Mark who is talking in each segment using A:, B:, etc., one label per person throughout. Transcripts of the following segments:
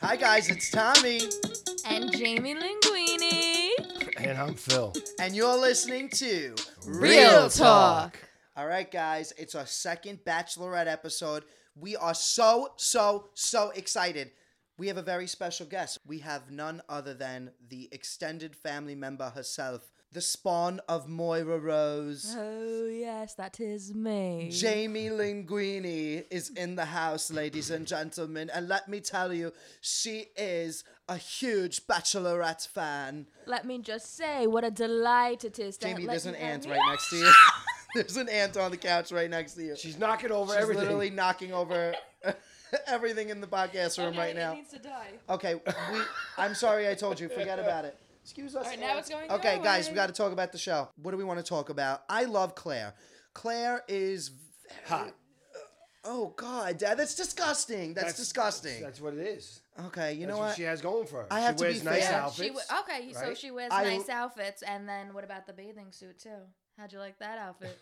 A: Hi, guys, it's Tommy,
B: And Jamie Linguini.
C: And I'm Phil.
A: and you're listening to
B: Real Talk.
A: All right, guys, it's our second Bachelorette episode. We are so, so, so excited. We have a very special guest. We have none other than the extended family member herself, the spawn of Moira Rose.
B: Oh, yes, that is me.
A: Jamie Linguini is in the house, ladies and gentlemen. And let me tell you, she is a huge Bachelorette fan.
B: Let me just say what a delight it is to
A: Jamie,
B: let
A: there's
B: you
A: an
B: have
A: ant
B: me-
A: right next to you. there's an ant on the couch right next to you.
C: She's knocking over
A: She's
C: everything.
A: literally knocking over everything in the podcast room
B: Okay,
A: right now.
B: It needs to die.
A: Okay, we. I'm sorry I told you. Forget about it. Excuse us.
B: All right, now it's going
A: Okay,
B: your
A: guys,
B: way.
A: we got to talk about the show. What do we want to talk about? I love Claire. Claire is. very-
C: Hot.
A: Oh God, Dad, that's disgusting. That's, disgusting.
C: That's what it is.
A: okay, you
C: That's
A: know
C: what?
A: what?
C: she has going for her.
A: I
C: she
A: have to
C: wears
A: be
C: nice
A: fair.
B: Yeah,
C: outfits.
B: she w- okay, so
C: right?
B: she wears
A: I-
B: nice outfits, and then what about the bathing suit too? How'd you like that outfit?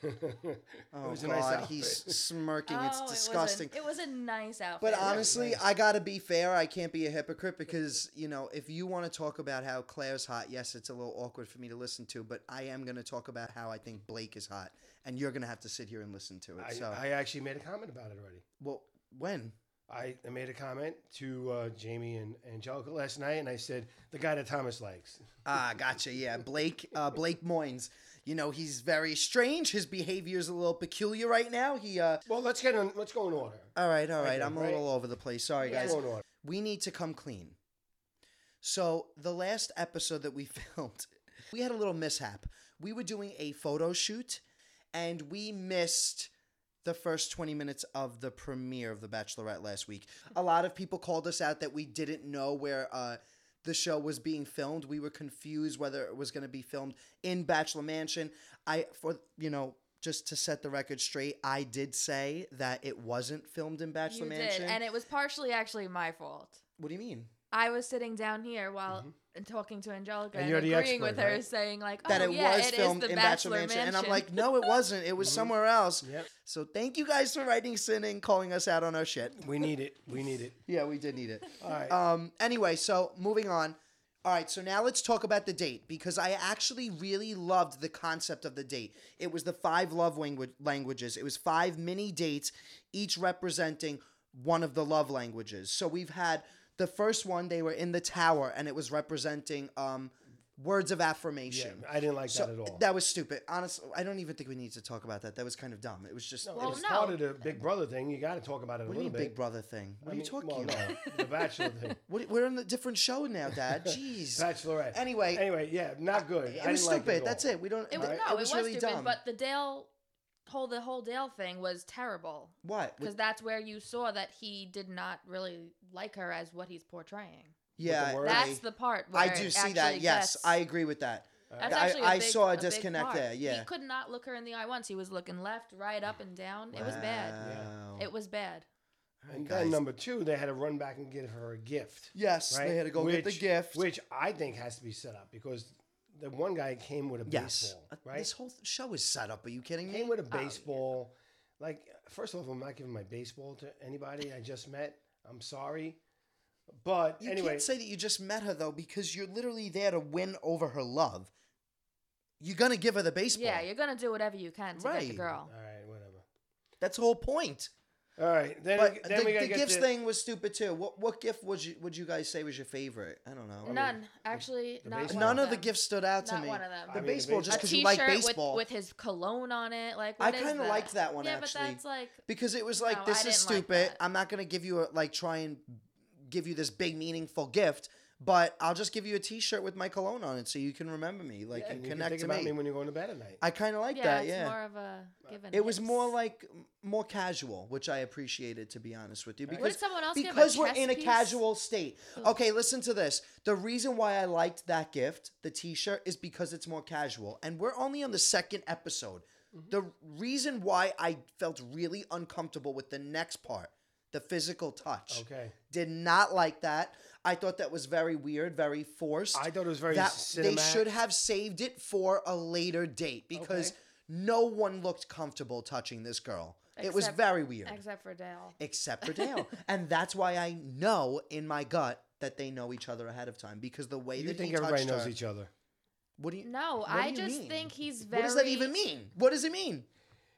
A: oh
C: was a
A: God,
C: nice outfit.
A: he's smirking.
B: Oh, it
A: it's
B: was a-
A: disgusting.
B: It was, a, nice outfit.
A: But honestly, I gotta be fair. I can't be a hypocrite because you know, if you want to talk about how Claire's hot, yes, it's a little awkward for me to listen to. But I am gonna talk about how I think Blake is hot, and you're gonna have to sit here and listen to it.
C: I,
A: so,
C: I actually made a comment about it already.
A: well, when?
C: I, I made a comment to uh, Jamie and Angelica last night, and I said the guy that Thomas likes.
A: Ah, gotcha. Yeah, Blake. Uh, Blake Moynes. You know, he's very strange. His behavior's a little peculiar right now. He. uh
C: Well, let's get on. Let's go in order.
A: All right, all right.
C: Okay,
A: I'm a
C: right.
A: little all over the place. Sorry,
B: Yeah.
A: guys.
C: Let's go in order.
A: we need to come clean. So the last episode that we filmed, we had a little mishap. We were doing a photo shoot and we missed the first 20 minutes of the premiere of The Bachelorette last week. A lot of people called us out that we didn't know where uh the show was being filmed. We were confused whether it was going to be filmed in Bachelor Mansion. I for you know just to set the record straight, I did say that it wasn't filmed in Bachelor
B: you did,
A: Mansion.
B: and it was partially actually my fault.
A: what do you mean?
B: I was sitting down here while
A: Mm-hmm.
B: and talking to Angelica
C: And
B: and,
C: you're the
B: agreeing
C: expert,
B: with her,
C: right?
B: saying like,
A: that
B: "Oh
A: it
B: yeah,
A: was
B: it is
A: filmed
B: the
A: in Bachelor Mansion. And I'm like, no, it wasn't. It was somewhere else.
C: Yep.
A: So thank you guys for writing sin and calling us out on our shit.
C: We need it. We need it.
A: Yeah, we did need it.
C: All right.
A: um, anyway, so moving on. All right, so now let's talk about the date because I actually really loved the concept of the date. It was the five love langu- languages. It was five mini dates, each representing one of the love languages. So we've had the first one; they were in the tower, and it was representing um, words of
C: yeah,
A: affirmation.
C: I didn't like
A: So,
C: that at all.
A: That was stupid. Honestly, I don't even think we need to talk about that. That was kind of dumb. It was just
C: no,
A: it
C: it
B: Well,
C: was
A: was
B: no.
C: part of the Big Brother thing. You got to talk about it a
A: what do you
C: little
A: mean Big
C: bit.
A: Brother thing? What
C: I
A: are you
C: mean,
A: talking
C: well, no,
A: about?
C: the Bachelor thing.
A: What, we're on a different show now, Dad. Jeez.
C: Bachelorette.
A: Anyway.
C: Anyway, yeah, not good.
A: It
C: I
A: was
C: didn't like
A: stupid.
C: at all.
A: That's it. We don't.
B: It was,
A: th-
B: no, it was,
A: really
B: stupid,
A: dumb.
B: but the Dale whole the whole Dale thing was terrible
A: what?
B: because that's where you saw that he did not really like her as what he's portraying.
A: yeah,
C: word.
A: I-
B: That's the part where
A: I do
B: it
A: see that.
B: actually
A: Yes,
B: gets-
A: I agree with that.
B: That's
A: I-
B: actually a
A: I
B: big-
A: saw a
B: big
A: disconnect
B: part.
A: there, yeah.
B: he could not look her in the eye once. He was looking left, right, up, and down. It was bad.
A: Wow.
B: It was bad.
C: And
A: Guys.
C: then um, number two, they had to run back and get her a gift.
A: Yes,
C: right?
A: they had to go get the gift.
C: which I think has to be set up because the one guy came with a
A: yes,
C: baseball,
A: Uh,
C: right?
A: This whole th- show is set up. Are you kidding me?
C: came with a baseball. Like, first off, I'm not giving my baseball to anybody I just met. I'm sorry, but
A: You
C: anyway,
A: can't say that you just met her though, because you're literally there to win over her love. You're gonna give her the baseball.
B: Yeah, you're gonna do whatever you can to get the
A: Right.
B: girl.
C: all right, whatever.
A: That's the whole point.
C: All right, then
A: But
C: then
A: the, the
C: we gotta get
A: gifts
C: the,
A: thing was stupid too. What what gift would you would you guys say was your favorite? I don't know.
B: None, actually,
C: the
B: not
C: baseball.
B: one
A: None of the
B: them.
A: gifts stood out to
B: Not
A: me.
B: one of them.
C: I
A: The
C: mean, the
A: baseball, just
B: a
C: baseball.
A: because you like
B: t-shirt
A: baseball,
B: with, with his cologne on it. Like
A: I
B: what is
A: kinda
B: that?
A: liked that one,
B: Yeah,
A: actually.
B: but that's like
A: because it was like
B: No,
A: this
B: I
A: is
B: didn't like
A: stupid.
B: that.
A: I'm not gonna give you a, like try and give you this big meaningful gift, but I'll just give you a T-shirt with my cologne on it so you can remember me, like
C: Yeah,
A: and
C: you can
A: connect
C: think
A: to
C: about
A: me.
C: me when you're going to bed at night.
A: I kind of like
B: yeah,
A: that.
B: it's
A: yeah.
B: more of a given.
A: It was more like more casual, which I appreciated to be honest with you
B: What
A: because
B: did someone else give? A
A: because we're
B: chess
A: in a
B: piece?
A: casual state. Okay, listen to this. The reason why I liked that gift, the T-shirt, is because it's more casual, and we're only on the second episode.
C: Mm-hmm.
A: The reason why I felt really uncomfortable with the next part, the physical touch,
C: okay,
A: did not like that. I thought that was very weird, very forced
C: I thought it was very
A: that
C: cinematic.
A: they should have saved it for a later date because
C: Okay.
A: No one looked comfortable touching this girl. it was
B: Except-
A: very weird.
B: Except for Dale.
A: except for Dale. and that's why I know in my gut that they know each other ahead of time because the way
C: You
A: that
C: think
A: he
C: everybody
A: touched
C: knows
A: her,
C: each other?
A: What do you?
B: No,
A: What do
B: I
A: you
B: just
A: mean?
B: think he's very.
A: What does that even mean? What does it mean?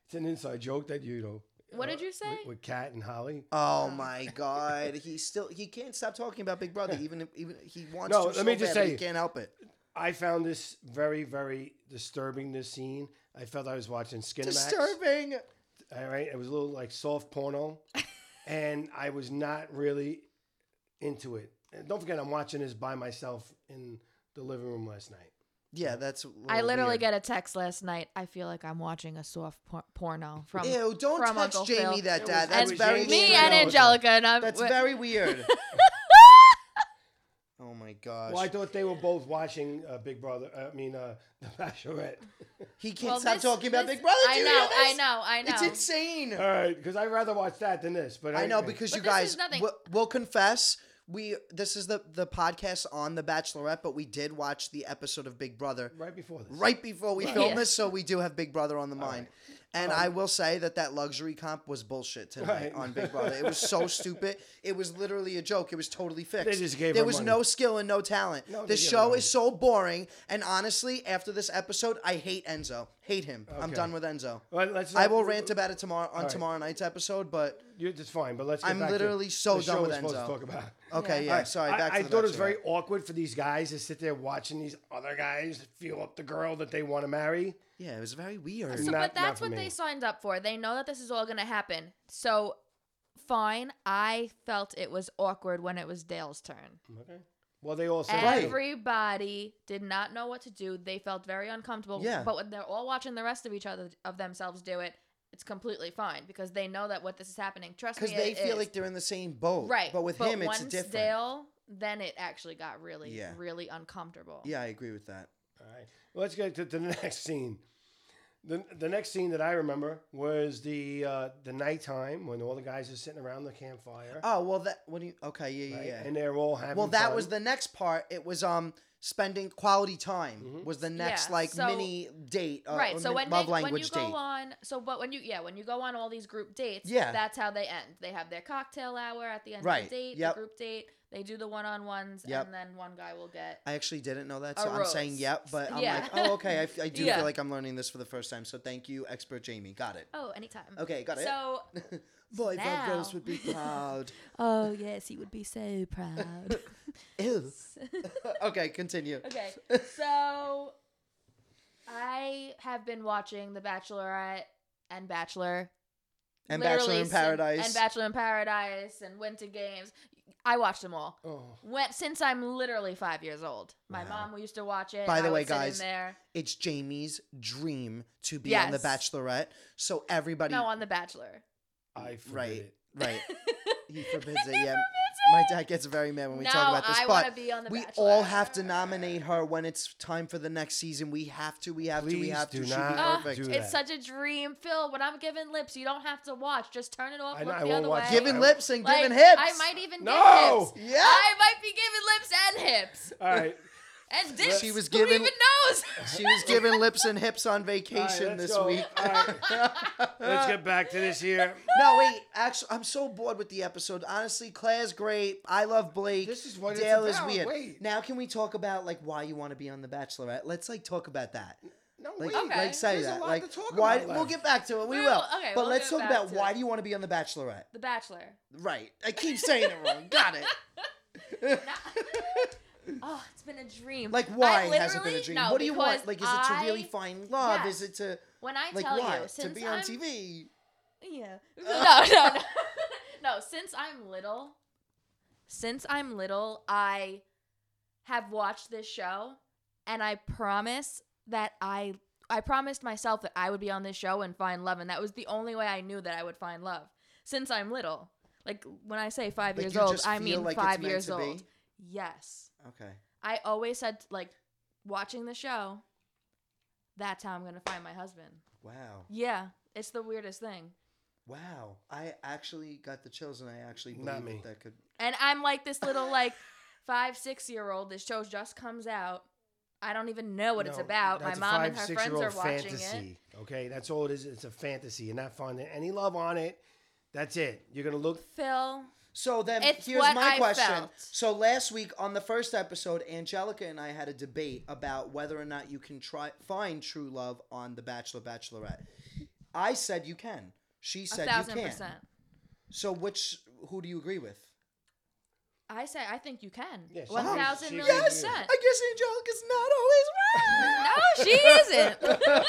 C: It's an inside joke that you know. uh,
B: What did you
C: with-
B: say?
C: With, Kat and Holly.
A: Oh my God! He still he can't stop talking about Big Brother. Even if, even he wants
C: No,
A: to.
C: let
A: so
C: me just
A: bad, but
C: say-
A: he can't help it.
C: I found this very, very disturbing. This scene. I felt I was watching Skinemax.
A: Disturbing.
C: All right, it was a little like soft porno, and I was not really into it. And don't forget, I'm watching this by myself in the living room last night.
A: Yeah, that's. a
B: I
A: little
B: literally
A: weird.
B: get a text last night. I feel like I'm watching a soft por- porno from
A: Ew! Don't
B: from
A: touch
B: Uncle
A: Jamie
B: Phil.
A: that
C: It
A: dad.
C: was-
A: That's
C: it was
A: very
C: Jamie
B: me
A: strange.
B: and
C: Angelica.
B: Angelica. And I'm,
A: That's
B: wh-
A: very weird. oh my gosh!
C: Well, I thought they were both watching uh, Big Brother. uh, I mean, uh, The Bachelorette.
A: he can't
B: Well,
A: stop
B: this-
A: talking about
B: this-
A: Big Brother. Do
B: I
A: you
B: know,
A: hear this?
B: I know, I know.
A: It's insane.
C: All right, because I'd rather watch that than this. But
A: I know
C: anyway.
A: because
B: But
A: you
B: this
A: guys
B: is nothing-
A: we'll, we'll confess we this is the the podcast on the Bachelorette, but we did watch the episode of Big Brother
C: right before this,
A: right before we
B: Right.
A: filmed
B: Yeah.
A: this, so we do have Big Brother on the mind. And I will say that that luxury comp was bullshit tonight
C: Right.
A: on Big Brother. It was so stupid. It was literally a joke. It was totally fixed.
C: just gave
A: there
C: her
A: was
C: money.
A: no skill and no talent.
C: No,
A: the
C: they gave her
A: show
C: money.
A: is so boring. And honestly, after this episode, I hate Enzo. Hate him. I'm
C: Okay.
A: done with Enzo.
C: Well, let's
A: I
C: not-
A: will rant about it tomorrow on
C: right.
A: tomorrow night's episode, but
C: You're just fine, but let's. Get
A: I'm
C: back to
A: literally so
C: the
A: done
C: show
A: with
C: we're supposed
A: Enzo. Oh,
C: To talk about.
A: Okay, yeah.
C: All right,
A: Sorry, back
C: I,
A: to
C: I
A: the
C: thought it was
A: Bachelorette.
C: very awkward for these guys to sit there watching these other guys feel up the girl that they want to marry.
A: Yeah, it was very weird.
B: So,
C: Not-
B: but
C: not
B: that's
C: for
B: what
C: me.
B: they signed up for. They know that this is all going to happen. So, fine. I felt it was awkward when it was Dale's turn.
C: Okay. Well, they all said
A: Right.
B: Everybody did not know what to do. They felt very uncomfortable.
A: Yeah.
B: But when they're all watching the rest of each other of themselves do it, it's completely fine because they know that what this is happening. Trust me,
A: Because they
B: it
A: feel
B: is.
A: like they're in the same boat.
B: right.
A: But with him, it's
B: once
A: different.
B: Dale, then it actually got really,
A: Yeah.
B: really uncomfortable.
A: yeah, I agree with that.
C: All right. Let's get to the next scene. The, the next scene that I remember was the uh, the nighttime when all the guys are sitting around the campfire,
A: Oh, well, that. What do you. Okay, yeah,
C: right?
A: yeah, yeah.
C: and they're all having.
A: well, that
C: fun.
A: was the next part. It was um spending quality time
C: Mm-hmm.
A: was the next,
B: Yeah,
A: like,
B: so-
A: mini date. Uh,
B: right.
A: or
B: So
A: min-
B: when
A: love
B: they, when you
A: language
B: go
A: date.
B: on, so but when you yeah when you go on all these group dates,
A: Yeah.
B: that's how they end. They have their cocktail hour at the end
A: Right,
B: of the date,
A: yep.
B: the group date. They do the one on ones,
A: Yep.
B: and then one guy will get.
A: I actually didn't know that,
B: A
A: so I'm saying
B: rose.
A: yep, but I'm
B: Yeah.
A: like, oh, okay. I, f- I do
B: Yeah.
A: feel like I'm learning this for the first time, so thank you, expert Jamie. Got it.
B: Oh, anytime.
A: Okay, got it.
B: So
A: Boy, Bob
B: now-
A: Rose would be proud.
B: Oh yes, he would be so proud.
A: Ew. okay, continue.
B: okay, so I have been watching The Bachelorette and Bachelor
A: And
B: literally
A: Bachelor in
B: sin-
A: Paradise.
B: and Bachelor in Paradise and Winter Games. I watched them all.
C: Oh.
B: Went since I'm literally five years old. My
A: Wow.
B: mom used to watch it.
A: By the
B: I
A: way,
B: would sit in
A: guys,
B: there.
A: it's Jamie's dream to be on The
B: Yes.
A: Bachelorette. So everybody,
B: no, on The Bachelor.
C: I forbid
A: right,
C: it.
A: right. He forbids it.
B: He
A: Yeah,
B: forbids
A: my dad gets very mad when we talk
B: No,
A: about this.
B: I wanna
A: but
B: be on The
A: we
B: Bachelor.
A: all have to nominate her when it's time for the next season. We have to. We have to. We
C: Please
A: have to.
C: do
A: She'd be
C: not
A: perfect.
C: do
B: It's
C: that.
B: such a dream, Phil. When I'm giving lips, you don't have to watch. Just turn it off.
C: I know,
B: look
C: I
B: the
C: won't
B: other
C: watch
B: way.
C: it.
A: Giving lips and
B: Like,
A: giving hips.
B: I might even
C: No!
B: give hips.
A: Yeah.
B: I might be giving lips and hips
C: All right.
B: and dips.
A: She was
B: Who
A: giving-
B: even knows?
A: She was giving lips and hips on
C: All right,
A: vacation
C: let's
A: this
C: go.
A: week.
C: All right. let's get back to this here.
A: No, wait. Actually, I'm so bored with the episode. Honestly, Claire's great. I love Blake.
C: This is what it's
A: Dale is
C: about.
A: weird.
C: Wait.
A: Now, can we talk about like why you want to be on The Bachelorette? Let's like talk about that.
C: No,
A: Like,
C: wait.
B: Okay.
A: like say
C: There's a
A: that.
C: lot
A: like
C: to talk
A: why?
C: about
A: We'll
C: left.
A: get back to it. We
B: We
A: will.
B: will. Okay,
A: but
B: we'll
A: let's
B: get
A: talk
B: back
A: about
B: to
A: why
B: it.
A: do you want to be on The Bachelorette?
B: the Bachelor.
A: Right. I keep saying it wrong. Got it.
B: Oh, it's been a dream.
A: Like
B: I
A: why has it been a
B: literally-
A: dream?
B: no,
A: what do you want? Like,
B: because
A: is it to really
B: I-
A: find love?
B: Yeah.
A: Is it to
B: When I
A: like
B: tell
A: why
B: you,
A: to
B: since
A: be on
B: I'm,
A: TV?
B: Yeah. No, no, no. no, since I'm little, since I'm little, I have watched this show and I promise that I I promised myself that I would be on this show and find love and that was the only way I knew that I would find love since I'm little. Like when I say
A: Like,
B: 5 years
A: you
B: old,
A: just
B: I
A: feel
B: mean
A: like it's
B: 5
A: meant
B: years
A: to be?
B: old. Yes.
A: Okay.
B: I always said like watching the show that's how I'm going to find my husband.
A: Wow.
B: Yeah, it's the weirdest thing.
A: Wow. I actually got the chills, and I actually believe
C: Not
A: that
C: me.
A: that could
B: And I'm like this little like five, six year old. This show just comes out. I don't even know what it's
C: No,
B: about. My
C: that's a
B: mom and her
C: five,
B: friends
C: six-year-old
B: are watching it.
C: fantasy, Okay, that's all it is. It's a fantasy. You're not finding any love on it. That's it. You're gonna look.
B: Phil,
A: So then
B: It's
A: here's
B: what
A: my
B: I
A: question.
B: felt.
A: So last week on the first episode, Angelica and I had a debate about whether or not you can try find true love on The Bachelor Bachelorette. I said you can. She
B: a
A: said you
B: thousand
A: can.
B: percent.
A: So which who do you agree with?
B: I say I think you can.
C: Yeah, she
B: One
A: agrees.
B: thousand
C: She
B: million
C: agrees.
B: percent.
A: I guess Angelica's not always right.
B: No, she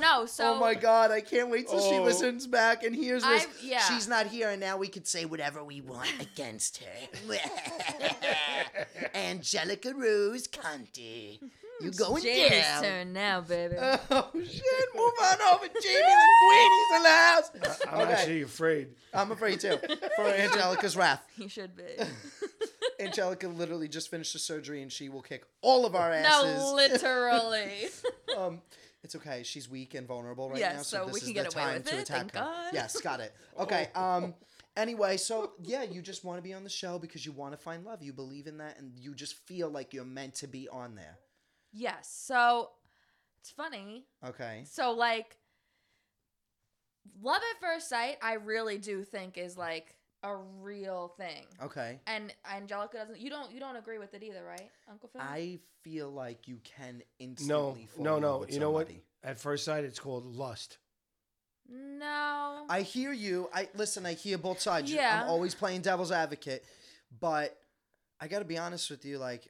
B: isn't. no, so
A: oh my god, I can't wait till she
C: Oh.
A: listens back and hears
B: I-
A: this.
B: yeah.
A: She's not here and now we could say whatever we want against her. Angelica Rose Conti. You
C: Oh,
A: going
B: Mm-hmm. Jamie's
A: down.
B: turn now, baby.
C: Uh,
A: Oh shit! Move on over, Jamie Linguini's in the house.
C: I'm
A: okay.
C: actually afraid.
A: I'm afraid too for Angelica's wrath.
B: he should be.
A: Angelica literally just finished the surgery and she will kick all of our asses.
B: no, literally.
A: um, it's okay. She's weak and vulnerable right
B: Yes,
A: now, so,
B: so
A: this
B: we
A: is
B: can
A: the
B: get away
A: time
B: with
A: to
B: it,
A: attack
B: thank
A: her.
B: God.
A: Yes, got it. Okay. Um. Anyway, so yeah, you just want to be on the show because you want to find love. You believe in that, and you just feel like you're meant to be on there.
B: yes. So it's funny.
A: Okay.
B: So like love at first sight, I really do think is like a real thing.
A: Okay.
B: And Angelica doesn't you don't you don't agree with it either, right? Uncle Phil?
A: I feel like you can
C: No,
A: instantly. fall
C: no,
A: in love
C: no.
A: with
C: You know what?
A: somebody.
C: At first sight, it's called lust.
B: no.
A: I hear you. I listen. I hear both sides. Yeah.
B: Yeah.
A: I'm always playing devil's advocate, but I got to be honest with you. Like,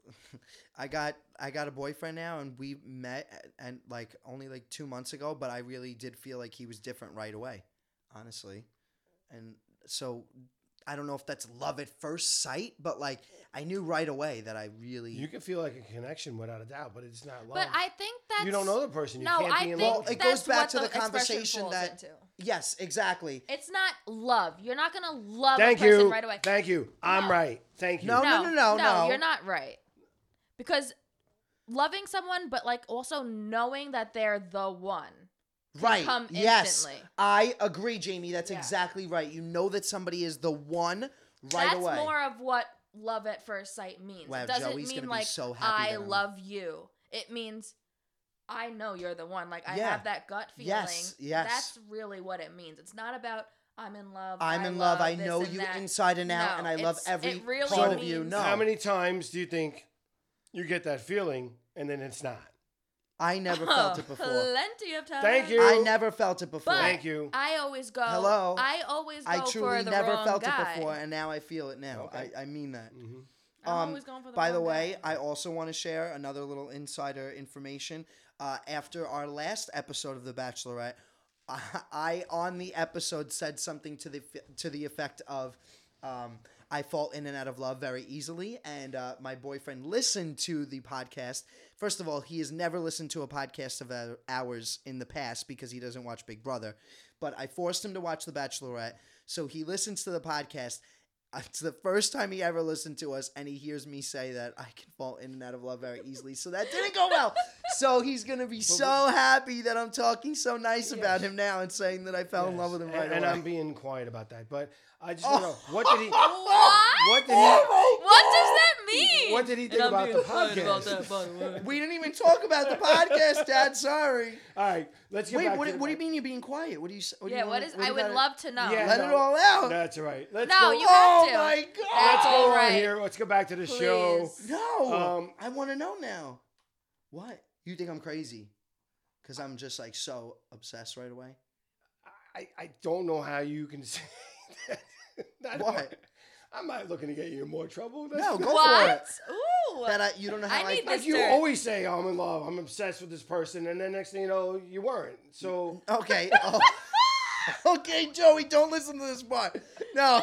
A: I got I got a boyfriend now, and we met and like only like two months ago. But I really did feel like he was different right away, honestly. And so I don't know if that's love at first sight, but like I knew right away that I really
C: You can feel like a connection without a doubt, but it's not love.
B: but I think that's
C: you don't know the person. You
B: no,
C: can't be
B: I
C: in
B: think
C: love.
A: Well, it
B: that's
A: goes back
B: what
A: to the
B: expression
A: conversation
B: falls
A: that-
B: into.
A: yes, exactly.
B: It's not love. You're not gonna love
C: Thank
B: a person
C: you.
B: right away.
C: Thank you. I'm
B: No.
C: right. Thank you.
A: No. no, no, no.
B: You're not right. Because loving someone, but like also knowing that they're the one.
A: right
B: come
A: yes
B: instantly.
A: i agree jamie that's
B: Yeah.
A: exactly right you know that somebody is the one right
B: That's
A: away
B: more of what love at first sight means.
A: Wow,
B: it doesn't
A: Joey's gonna
B: mean
A: be
B: like
A: so happy
B: I
A: that I'm-
B: love you. It means I know you're the one. Like I
A: Yeah.
B: have that gut feeling.
A: Yes, yes.
B: That's really what what it means. It's not about I'm in love.
A: i'm
B: I
A: in love, i
B: this
A: know
B: and
A: you
B: that."
A: inside and out
B: No,
A: and i love
B: it's- it
A: every
B: really
A: part of you
B: means-
A: no
C: How many times do you think you get that feeling and then it's not?
A: i never felt
B: Oh,
A: it before
B: Plenty of times.
C: Thank you.
A: i never felt it before
B: But
C: Thank you.
B: I always go.
A: Hello.
B: I always go
A: i
B: for
A: truly
B: the
A: never
B: wrong
A: felt
B: guy.
A: it before and now i feel it now
C: Okay.
A: I, I mean that
C: hmm
B: I'm
A: Um,
B: always going for the
A: By the
B: wrong
A: way,
B: guy.
A: I also want to share another little insider information. Uh, after our last episode of The Bachelorette, I, I on the episode said something to the to the effect of, um, "I fall in and out of love very easily," and uh, my boyfriend listened to the podcast. First of all, he has never listened to a podcast of our- ours in the past because he doesn't watch Big Brother, but I forced him to watch The Bachelorette, so he listens to the podcast. It's the first time he ever listened to us, and he hears me say that I can fall in and out of love very easily. So that didn't go well. So he's gonna be so happy that I'm talking so nice about him now and saying that I fell in love with him
C: and,
A: right
C: and
A: away. Oh.
C: I'm being quiet about that, but I just want to know what did he?
B: What?
C: What did he?
B: What does that mean?
C: What did he think about the podcast?
A: we didn't even talk about the podcast, Dad. Sorry.
C: All right, let's get
A: Wait,
C: back
A: what,
C: to
A: what do you mean you're being quiet? What do you? s- What do
B: yeah,
A: you
B: what
A: wanna-
B: is?
A: do
B: I
A: you
B: would
A: gotta-
B: love to know.
C: Yeah,
A: Let it all out.
C: That's all right. Let's
B: No,
C: go.
B: you
A: oh
B: have to.
A: my god.
C: Let's go
B: All
C: on
B: right.
C: here. Let's go back to the show.
B: Please.
A: No.
C: Um,
A: I want to know now. What? You think I'm crazy? Because I'm just like so obsessed right away.
C: I, I don't know how you can say that. Not-
A: What?
C: I'm not looking to get you in more trouble.
A: No, go for it.
B: What? Ooh.
A: That I, you don't know how
B: I
A: I, feel.
B: need this
C: Like you
B: Mister-
C: always say, I'm in love. I'm obsessed with this person. And then next thing you know, you weren't. So
A: Okay. Oh. okay, Joey, don't listen to this part. No.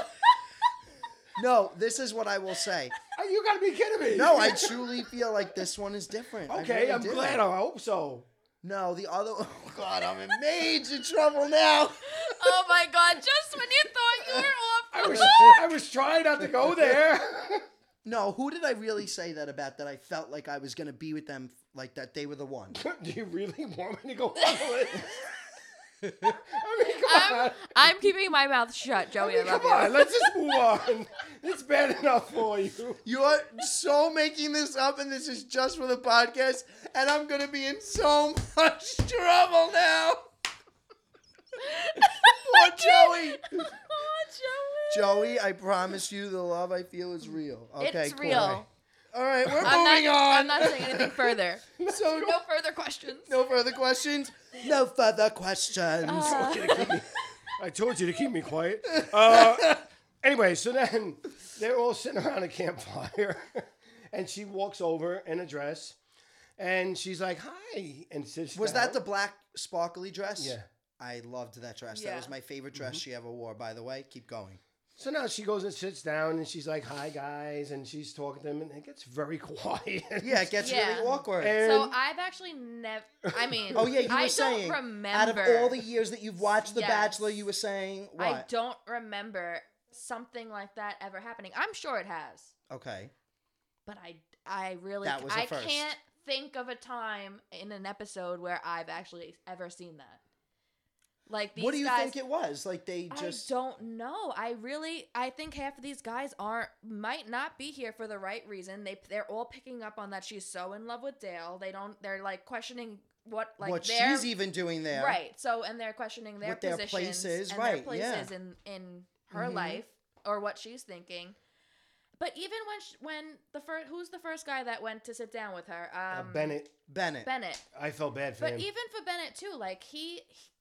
A: No, this is what I will say.
C: uh, you got to be kidding me.
A: No, I truly feel like this one is different. I
C: Okay,
A: really
C: I'm
A: do.
C: glad. I hope so.
A: No, the other. Oh God, I'm in major trouble now.
B: Oh my God! Just when you thought you were
C: I
B: off.
C: was, I was trying not to go there.
A: No, who did I really say that about? That I felt like I was gonna be with them, like that they were the one.
C: Do you really want me to go on the list? I mean, come
B: I'm, I'm keeping my mouth shut,
C: I
B: Joey. I
C: mean,
B: love
C: come
B: you.
C: on, let's just move on. It's bad enough for you.
A: You're so making this up, and this is just for the podcast, and I'm gonna be in so much trouble now. Poor Joey.
B: Oh, Joey.
A: Joey, I promise you, the love I feel is real. Okay,
B: it's
A: cool.
B: real.
A: All right, we're
B: I'm
A: moving
B: not,
A: on.
B: I'm not saying anything further.
A: so
B: No further questions.
A: no further questions. No further questions.
B: Uh,
C: I told you to keep me quiet. Uh, anyway, so then they're all sitting around a campfire, and she walks over in a dress, and she's like, "Hi," and sits.
A: was that the
C: down.
A: black sparkly dress?
C: yeah?
A: I loved that dress. That
B: Yeah.
A: was my favorite dress she ever wore. By the way, keep going.
C: So now she goes and sits down, and she's like, "Hi, guys," and she's talking to them, and it gets very quiet.
A: Yeah, it gets
B: Yeah.
A: really awkward.
C: And-
B: so I've actually never. I mean,
A: Um, Oh, yeah, you were
B: I
A: saying,
B: don't remember.
A: Out of all the years that you've watched The
B: Yes.
A: Bachelor, you were saying what?
B: I don't remember something like that ever happening. I'm sure it has,
A: okay.
B: but I I really
A: That was a
B: I
A: first.
B: can't think of a time in an episode where I've actually ever seen that. Like these
A: what do you
B: guys,
A: think it was? Like they just
B: I don't know. I really I think half of these guys aren't might not be here for the right reason. They they're all picking up on that she's so in love with Dale. They don't they're like questioning what like
A: what
B: their
A: she's even doing there.
B: right. So and they're questioning their
A: What their
B: positions
A: place is,
B: and their
A: right, yeah.
B: places in in her
A: Mhm.
B: life or what she's thinking. But even when sh when the first who's the first guy that went to sit down with her
C: Uh,
B: um
C: Bennett,
A: Bennett.
B: Bennett.
C: I felt bad for
B: But
C: him.
B: even for Bennett too, like he, he-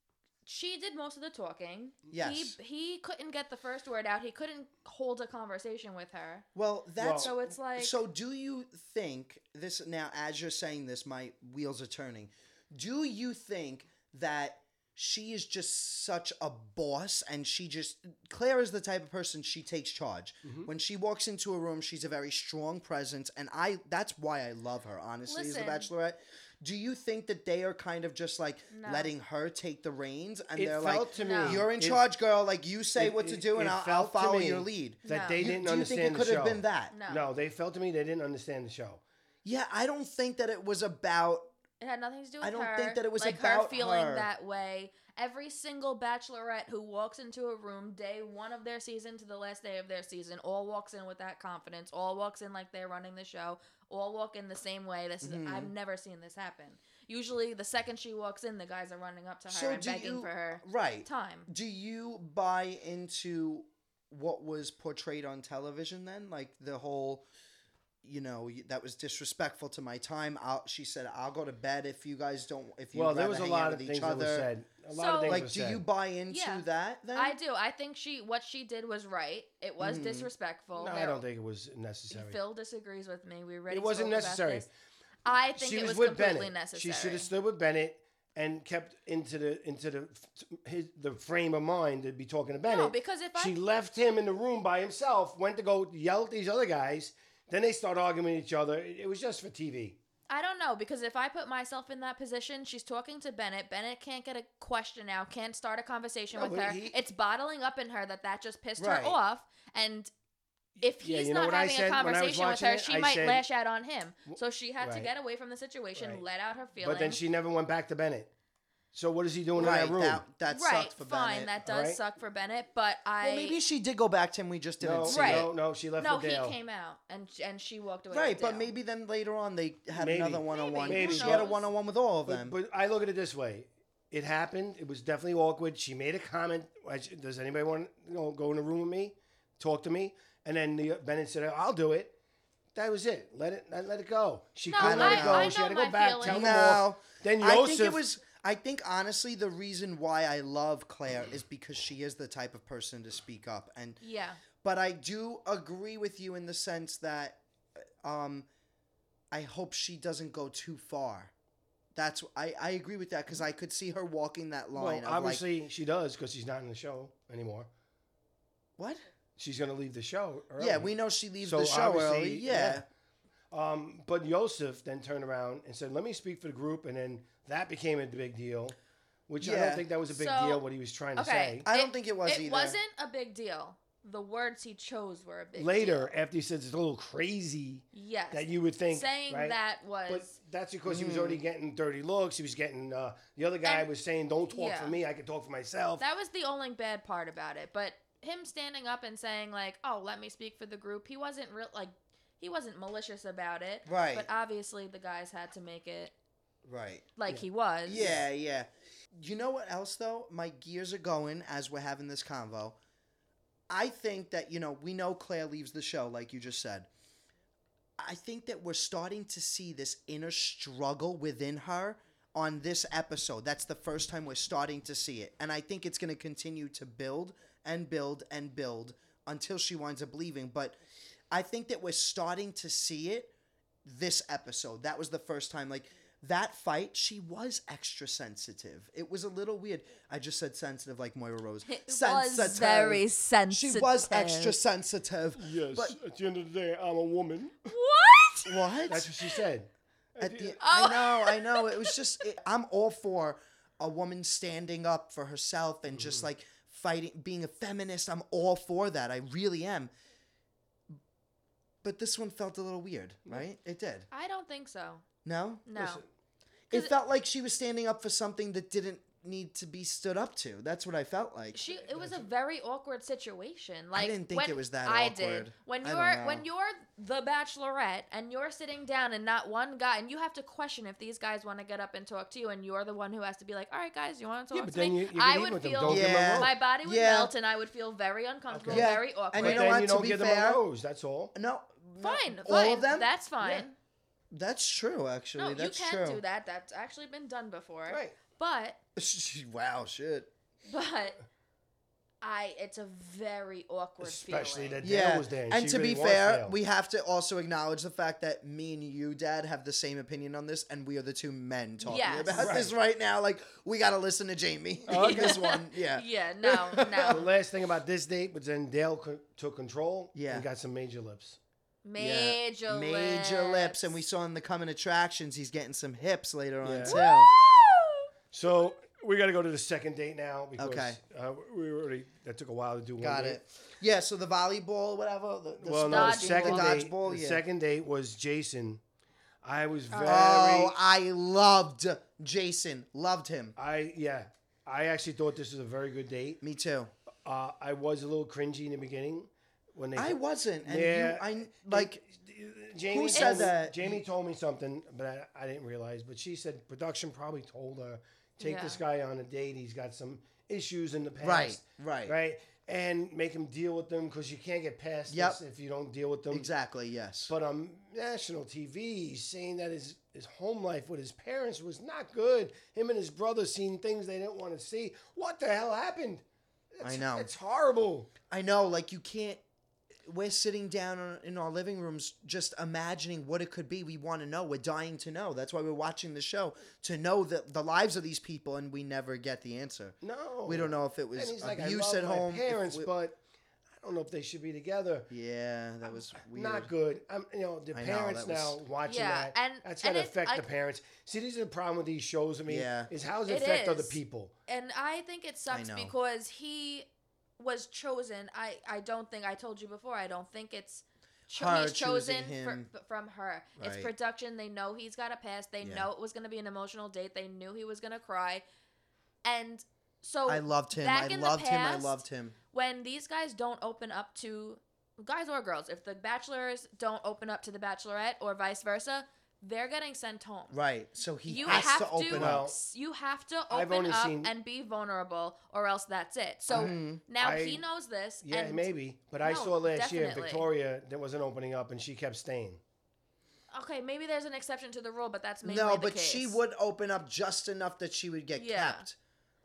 B: she did most of the talking.
A: Yes.
B: He he couldn't get the first word out. He couldn't hold a conversation with her.
A: Well, that's
B: So it's like
A: so. Do you think this now? As you're saying this, my wheels are turning. Do you think that she is just such a boss, and she just Claire is the type of person she takes charge.
B: Mm-hmm.
C: Mhm.
A: When she walks into a room, she's a very strong presence, and I that's why I love her. Honestly, as
B: Listen.
A: the Bachelorette. Do you think that they are kind of just like
B: No.
A: letting her take the reins, and
C: it
A: they're
C: felt
A: like,
C: to
B: No.
C: me,
A: "You're in
C: it-
A: charge, girl. Like you say
C: it-
A: what to
C: it-
A: do, and
C: it
A: I'll, I'll
C: felt to
A: follow
C: me
A: your lead."
C: that
B: No.
C: they
A: You-
C: didn't
A: do you think it
C: understand
A: could
C: the show.
A: have been that?
B: no,
C: No, they felt to me they didn't understand the show.
A: Yeah, I don't think that it was about.
B: it had nothing to do with
A: I
B: her.
A: don't think that it was
B: like
A: about
B: her feeling
A: her.
B: that way. Every single bachelorette who walks into a room day one of their season to the last day of their season, all walks in with that confidence. All walks in like they're running the show. All walk in the same way. This is,
A: Mhm.
B: I've never seen this happen. Usually, the second she walks in, the guys are running up to her
A: So
B: and
A: do
B: begging
A: you-
B: for her
A: Right.
B: time.
A: Do you buy into what was portrayed on television then? Like the whole, you know, y- that was disrespectful to my time. I'll, she said, I'll go to bed if you guys don't, if you
C: Well, there
A: rather
C: was a
A: hang
C: lot
A: out
C: of
A: with
C: things
A: each
C: that
A: other.
C: were said. A lot
B: So-
C: of things were
A: Like, do
C: said.
A: you buy into
B: Yeah.
A: that then?
B: I do. I think she what she did was right. It was
A: Mhm.
B: disrespectful.
C: No, I
B: There-
C: don't think it was necessary.
B: Phil disagrees with me. We already
C: It wasn't
B: spoke about
C: necessary.
B: this. I think it was, completely necessary.
C: She should have stood with Bennett and kept into the into the his, the frame of mind to be talking to Bennett.
B: No, because if
C: she
B: I
C: left him in the room by himself, went to go yell at these other guys. Then they start arguing with each other. It, it was just for TV.
B: I don't know because if I put myself in that position, she's talking to Bennett. Bennett can't get a question out, can't start a conversation
C: No,
B: with
C: but
B: her.
C: he-
B: it's bottling up in her that that just pissed
A: Right.
B: her off. And if he's
C: Yeah, you know
B: not
C: what I
B: having a
C: said when I was
B: conversation with
C: watching
B: her,
C: it?
B: she
C: I
B: might
C: said-
B: lash out on him. So she had to
C: Right.
B: get away from the situation,
C: Right.
B: let out her feelings.
C: But then she never went back to Bennett. So what is he doing
A: right.
C: in that room?
A: That, that
B: right,
A: sucked for
B: fine,
A: Bennett.
B: that
C: all
B: does
C: right?
B: suck for Bennett, but I
A: well, maybe she did go back to him. We just didn't
C: no,
A: see
B: Right.
A: it.
C: no, no, she left
B: no,
C: with Dale.
B: he came out and and she walked away.
A: Right,
B: with
A: but
B: Dale.
A: maybe then later on they had
C: Maybe.
A: another one on one.
B: Maybe,
A: She
C: who
A: had a
B: knows?
A: one on one with all of them.
C: But, but I look at it this way: it happened. It was definitely awkward. She made a comment. I sh- Does anybody want to you know, go in the room with me, talk to me? And then the, Bennett said, "I'll do it." That was it. Let it let, let it go. She
B: No,
C: couldn't let
A: I-
C: it go.
A: I
C: she
B: know
C: had to go
B: my
C: back. Tell
B: feelings.
C: them all.
A: no,
C: Then Yosef.
A: I think it was. I think honestly, the reason why I love Claire is because she is the type of person to speak up, and
B: yeah.
A: but I do agree with you in the sense that, um, I hope she doesn't go too far. That's I I agree with that because I could see her walking that
C: well,
A: line. of like,
C: obviously she does because she's not in the show anymore.
A: what?
C: She's gonna leave the show. Early.
A: Yeah, we know she leaves
C: So
A: the show
C: obviously,
A: early. yeah.
C: yeah. Um, but Yosef then turned around and said, "Let me speak for the group," and then that became a big deal, which I
A: Yeah.
C: don't think that was a big
B: So-
C: deal. What he was trying to
B: Okay.
C: say.
A: I
B: It-
A: don't think it was
B: it
A: either.
B: wasn't a big deal. the words he chose were a big
C: Later,
B: deal.
C: after he says it's a little crazy
B: Yes.
C: that you would think
B: saying
C: right?
B: that was
C: But that's because he was already getting dirty looks. He was getting uh, the other guy
B: And-
C: was saying, "Don't talk
B: yeah.
C: for me. I can talk for myself."
B: that was the only bad part about it. But him standing up and saying like, "Oh, let me speak for the group," he wasn't real like he wasn't malicious about it.
A: Right.
B: But obviously, the guys had to make it
A: Right.
B: like
C: Yeah.
B: he was.
A: Yeah, yeah. You know what else though? My gears are going as we're having this convo. I think that, you know, we know Claire leaves the show, like you just said. I think that we're starting to see this inner struggle within her on this episode. That's the first time we're starting to see it. And I think it's gonna continue to build and build and build until she winds up leaving. But I think that we're starting to see it this episode. That was the first time. Like that fight, she was extra sensitive. It was a little weird. I just said sensitive like Moira Rose.
B: It was very
A: She
B: sensitive.
A: was extra sensitive.
C: yes.
A: But
C: at the end of the day, I'm a woman.
B: What?
A: what?
C: That's what she said.
A: At the,
B: Oh.
A: I know, I know. It was just. It, I'm all for a woman standing up for herself and
B: Mm-hmm.
A: just like fighting, being a feminist. I'm all for that. I really am. But this one felt a little weird, right? It did.
B: I don't think so.
A: No.
B: No.
C: Listen,
A: It
B: 'Cause-
A: felt like she was standing up for something that didn't need to be stood up to. That's what I felt like.
B: She it was a very awkward situation. Like
A: didn't think
B: when-
A: it was that
B: I
A: awkward.
B: did. When
A: I
B: you're
A: don't know.
B: when you're the bachelorette and you're sitting down and not one guy and you have to question if these guys want to get up and talk to you and you're the one who has to be like, "All right guys, you want to talk
C: Yeah,
B: to
C: but then
B: me?"
C: you, you can
B: I
C: eat
B: would
C: with them.
B: feel
C: Don't give them
A: Yeah.
C: a
B: my
C: rose.
B: body would
A: Yeah.
B: melt and I would feel very uncomfortable,
C: Okay.
A: Yeah,
B: very
A: and
B: awkward.
A: you
C: But
A: know
C: then
A: what?
C: you
A: To
C: don't
A: be
C: give
A: fair-
C: them a rose. That's all.
A: no. no,
B: fine,
A: All
B: fine.
A: of them.
B: That's fine.
A: That's true. Actually,
B: No, you
A: that's
B: can
A: true.
B: do that. That's actually been done before.
C: Right.
B: But
A: wow. Shit.
B: but I it's a very awkward
C: Especially
B: feeling.
C: that Dale
A: Yeah,
C: was there, and,
A: and
C: she
A: to
C: really
A: be
C: wants
A: fair,
C: Dale.
A: we have to also acknowledge the fact that me and you, Dad, have the same opinion on this, and we are the two men talking
B: Yes.
A: about this right now. Like, we got to listen to Jamie
C: Oh, okay.
A: this one. Yeah,
B: Yeah, no,
C: The
B: no.
C: last thing about this date was then Dale co- took control.
A: Yeah.
C: and got some major lips.
B: Major lips.
A: major lips, and we saw in the coming attractions he's getting some hips later on
C: Yeah.
A: too.
C: So we got to go to the second date now because
A: Okay.
C: uh, we already that took a while to do. One
A: Got
C: date.
A: it. Yeah, so the volleyball, whatever. The, the
C: Well, no, the
B: Dodgeball.
C: second
A: the
C: date.
A: dodgeball,
C: the
A: yeah.
C: second date was Jason. I was very.
A: oh, I loved Jason. Loved him.
C: I yeah. I actually thought this was a very good date.
A: Me too.
C: Uh, I was a little cringy in the beginning when they.
A: I wasn't, and
C: Yeah.
A: you, I like.
C: Jamie
A: Who said
C: told me-
A: that?
C: Jamie told me something, but I, I didn't realize. But she said production probably told her, take
B: Yeah.
C: this guy on a date. He's got some issues in the past.
A: Right, right.
C: Right. And make him deal with them because you can't get past
A: Yep.
C: this if you don't deal with them.
A: Exactly. Yes.
C: But on national TV, he's saying that his, his home life with his parents was not good. Him and his brother seen things they didn't want to see. What the hell happened? It's-
A: know.
C: It's horrible.
A: I know, like you can't. We're sitting down on- in our living rooms, just imagining what it could be. We want to know. We're dying to know. That's why we're watching the show to know the the lives of these people, and we never get the answer.
C: No.
A: We don't know if it
C: And
A: was
C: he's
A: abuse
C: like, I
A: at
C: love my
A: home. if
C: parents,
A: we-
C: but I don't know if they should be together.
A: yeah, that was weird.
C: Not good. I'm, you know, the
A: I know,
C: parents
A: that was-
C: now watching
B: Yeah,
C: that.
B: and-
C: that's gonna
B: and it-
C: affect
B: I-
C: the parents. See, these are the problem with these shows. I mean,
A: Yeah.
C: is how does it
B: It
C: affect other
B: is.
C: people?
B: And I think it sucks
A: know.
B: because he was chosen. I I don't think I told you before. I don't think it's cho-
A: Her
B: he's chosen
A: choosing
B: fr-
A: him.
B: f- from her. It's
A: Right.
B: production. They know he's got a past. They
A: Yeah.
B: know it was going to be an emotional date. They knew he was going to cry. And so
A: I loved him. I
B: Back in the
A: loved him. I
B: past,
A: loved him.
B: when these guys don't open up to guys or girls, if the bachelors don't open up to the bachelorette or vice versa, they're getting sent home.
A: Right. So he
B: you
A: has
B: have
A: to open up.
C: Well,
B: s- You have to
C: I've
B: open
C: only
B: up
C: seen-
B: and be vulnerable, or else that's it. So
C: mm-hmm.
A: Mhm.
B: now
C: I-
B: he knows this.
C: Yeah,
B: and,
C: maybe. But I
B: No,
C: saw last year
B: definitely.
C: Victoria that wasn't opening up, and she kept staying.
B: Okay, maybe there's an exception to the rule, but that's mainly
A: No,
B: the
A: but
B: case.
A: she would open up just enough that she would get
B: Yeah.
A: kept.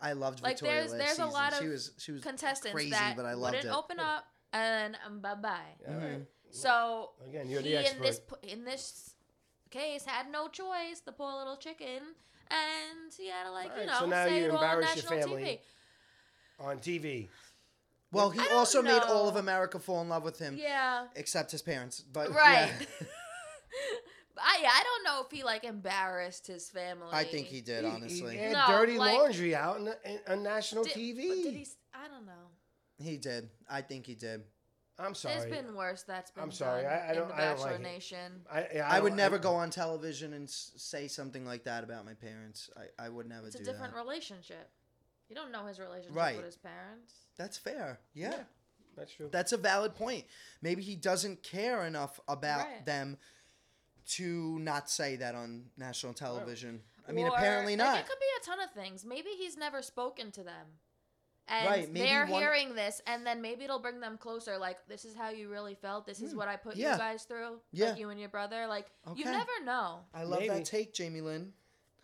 A: I loved
B: Like,
A: Victoria
B: there's-
A: last
B: there's a
A: season.
B: lot
A: she
B: of
A: was she was
B: contestants
A: crazy,
B: that
A: but I loved
B: wouldn't
A: it.
B: open up and bye bye.
A: Mm-hmm.
C: All right.
B: So
C: Again, you're
B: he
C: the
B: in this
C: expert.
B: p- in this case had no choice. The poor little chicken, and he had to like you
C: Alright,
B: know
C: so now
B: say
C: you
B: it all on
C: embarrass your
B: national
C: family.
B: TV.
C: On TV.
A: Well, he
B: I don't
A: also made all of
B: know.
A: America fall in love with him,
B: Yeah.
A: except his parents. But
B: Right.
A: yeah.
B: I I don't know if he like embarrassed his family.
A: I think he did,
C: He-
A: honestly.
C: He had
B: No,
C: dirty
B: like-
C: laundry out on, on national
B: Did-
C: TV.
B: but Did he? s- I don't know.
A: He did. I think he did.
C: I'm
B: There's
C: sorry.
B: been worse that's been
C: I'm sorry.
B: done
C: I- I
B: in
C: don't-
B: the
C: I don't
B: Bachelor
C: like it.
B: Nation.
C: I, yeah,
A: I, would
C: don't-
A: never go on television and s- say something like that about my parents. I, I would never
B: It's a
A: do
B: different
A: that.
B: relationship. You don't know his relationship
A: Right.
B: with his parents.
A: That's fair. Yeah.
C: Yeah. That's true.
A: That's a valid point. Maybe he doesn't care enough about
B: Right.
A: them to not say that on national television. I mean,
B: Or-
A: apparently
B: like,
A: not.
B: it could be a ton of things. Maybe he's never spoken to them. And
A: Right, maybe
B: they're
A: one-
B: hearing this, and then maybe it'll bring them closer. Like, this is how you really felt. This is
A: Hmm.
B: what I put
A: Yeah.
B: you guys through.
A: Yeah.
B: Like, you and your brother. Like, you
A: Okay.
B: never know.
A: I love
C: Maybe.
A: that take, Jamie Lynn.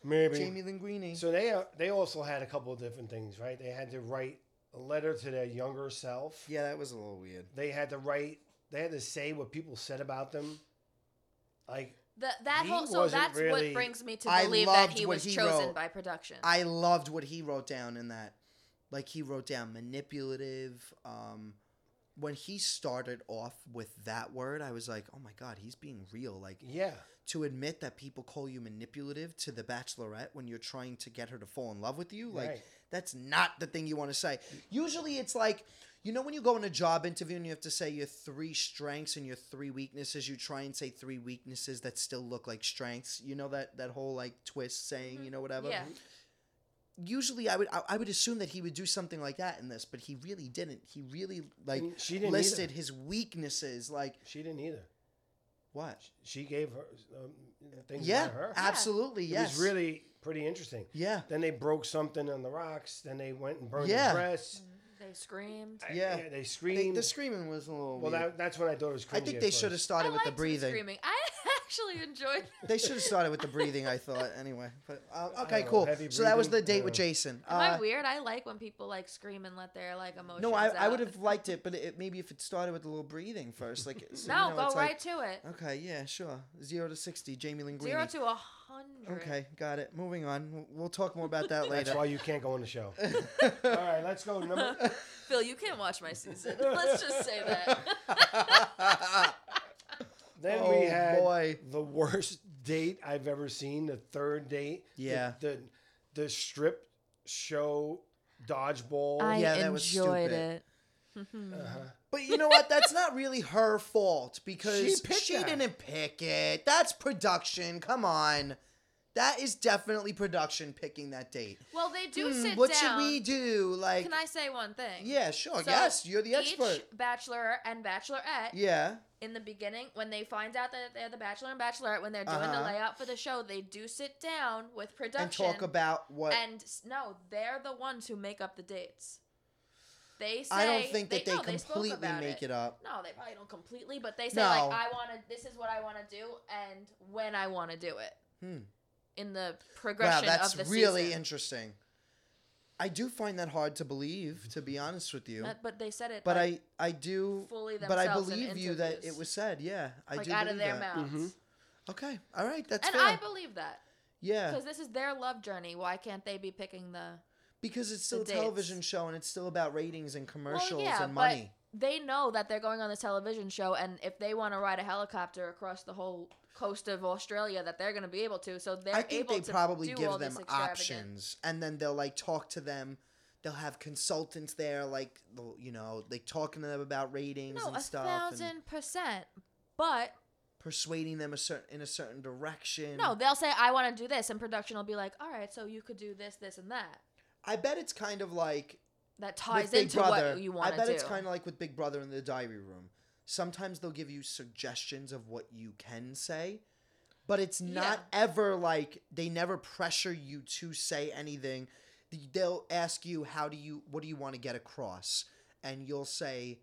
C: Maybe.
A: Jamie Lynn Greening.
C: So they uh, they also had a couple of different things, right? They had to write a letter to their younger self.
A: yeah, that was a little weird.
C: They had to write. They had to say what people said about them. Like
B: The, that
C: He
B: whole so
C: wasn't
B: that's
C: really-
B: what brings me to
A: I
B: believe that
A: loved
B: he
A: what
B: was
A: he
B: chosen
A: wrote.
B: by production.
A: I loved what he wrote down in that. Like he wrote down manipulative. Um, when he started off with that word, I was like, "Oh my god, he's being real!" Like
C: yeah,
A: to admit that people call you manipulative to the Bachelorette when you're trying to get her to fall in love with you, like
C: Right.
A: that's not the thing you want to say. Usually, it's like. You know when you go in a job interview and you have to say your three strengths and your three weaknesses, you try and say three weaknesses that still look like strengths. You know that that whole like twist saying, you know whatever
B: yeah.
A: usually I would I, I would assume that he would do something like that in this, but he really didn't. He really like
C: And she didn't
A: listed
C: either.
A: his weaknesses. Like
C: She didn't either.
A: what?
C: She gave her um, things
A: Yeah,
C: to her.
A: absolutely.
C: It
A: Yes.
C: was really pretty interesting.
A: yeah.
C: Then they broke something on the rocks. Then they went and burned
A: Yeah.
C: the press.
B: They screamed.
C: I-
A: Yeah.
C: they
A: They,
C: screamed.
A: the screaming was a little.
C: well,
A: weird.
C: that, that's when I thought it was.
A: I think
C: cringy
A: they
C: at
A: should have
C: first.
A: started
B: I
A: with the
B: liked him
A: breathing.
B: Screaming. I actually enjoyed.
A: They should have started with the breathing. I thought anyway. But uh, okay,
C: know,
A: cool.
C: heavy
A: So that was the
C: breathing?
A: date with
C: Uh,
A: Jason.
B: Am I
A: Uh,
B: weird? I like when people like scream and let their like emotions.
A: no, I, I
B: out.
A: would have liked it, but it, maybe if it started with a little breathing first, like so,
B: no,
A: you know,
B: go
A: it's
B: right
A: like,
B: to it.
A: Okay, yeah, sure. Zero to sixty, Jamie Lynn Green.
B: Zero to a hundred.
A: Okay, got it. Moving on. We'll- We'll talk more about that
C: That's
A: later.
C: why you can't go on the show. All right, let's go. Number.
B: Phil, you can't watch my season. Let's just say that.
C: Then
A: Oh,
C: we had
A: boy.
C: the worst date I've ever seen. The third date. The-
A: Yeah.
C: The the, strip show dodgeball.
A: Yeah, that was enjoyed stupid. it.
C: uh-huh.
A: But you know what? That's not really her fault because
C: She picked
A: she,
C: that.
A: didn't pick it. That's production. Come on. That is definitely production picking that date.
B: Well, they do
A: Hmm,
B: sit
A: what
B: down.
A: should we do? Like,
B: Can I say one thing?
A: yeah, sure.
B: So
A: yes, you're the expert.
B: Each bachelor and bachelorette
A: Yeah,
B: in the beginning, when they find out that they're the bachelor and bachelorette, when they're doing
A: Uh-huh.
B: the layout for the show, they do sit down with production
A: and talk about what.
B: And s- no, they're the ones who make up the dates. They say
A: I don't think that they,
B: no, spoke
A: completely
B: about
A: make it up.
B: No, they probably don't completely, but they say
A: No.
B: like I want to. This is what I want to do, and when I want to do it.
A: Hmm.
B: In the
A: Wow,
B: progression
A: that's
B: of the
A: really
B: season.
A: interesting. I do find that hard to believe, to be honest with you.
B: Uh, But- but they said it.
A: but
B: like,
A: I, I do,
B: fully
A: but I
B: themselves in
A: believe you that it
B: interviews.
A: was said. Yeah, I
B: like
A: do
B: out
A: believe
B: of their
A: that.
B: mouths,
C: Mhm.
A: Okay, all right, that's
B: and
A: fair.
B: I believe that
A: yeah,
B: because this is their love journey. Why can't they be picking the?
A: Because it's still a
B: the
A: television
B: dates.
A: show and it's still about ratings and commercials
B: well, yeah,
A: and money.
B: but they know that they're going on this television show, and if they want to ride a helicopter across the whole coast of Australia, that they're going to be able to. So they're
A: I think
B: able
A: they
B: to
A: probably
B: do
A: give
B: all
A: them
B: this extravagant-
A: options and then they'll like talk to them. They'll have consultants there, like they'll- you know, like talking to them about ratings
B: No,
A: and
B: a
A: stuff, and
B: thousand percent. But
A: persuading them a certain in a certain direction.
B: no, they'll say I want to do this, and production will be like, "All right, so you could do this, this, and that."
A: I bet it's kind of like
B: That
A: with
B: ties
A: Big
B: into
A: Brother.
B: what you
A: I
B: want to do.
A: bet it's kind of like with Big Brother in the diary room. Sometimes they'll give you suggestions of what you can say, but it's not ever like they never pressure you to say anything. They'll ask you, "How do you? What do you want to get across?" And you'll say,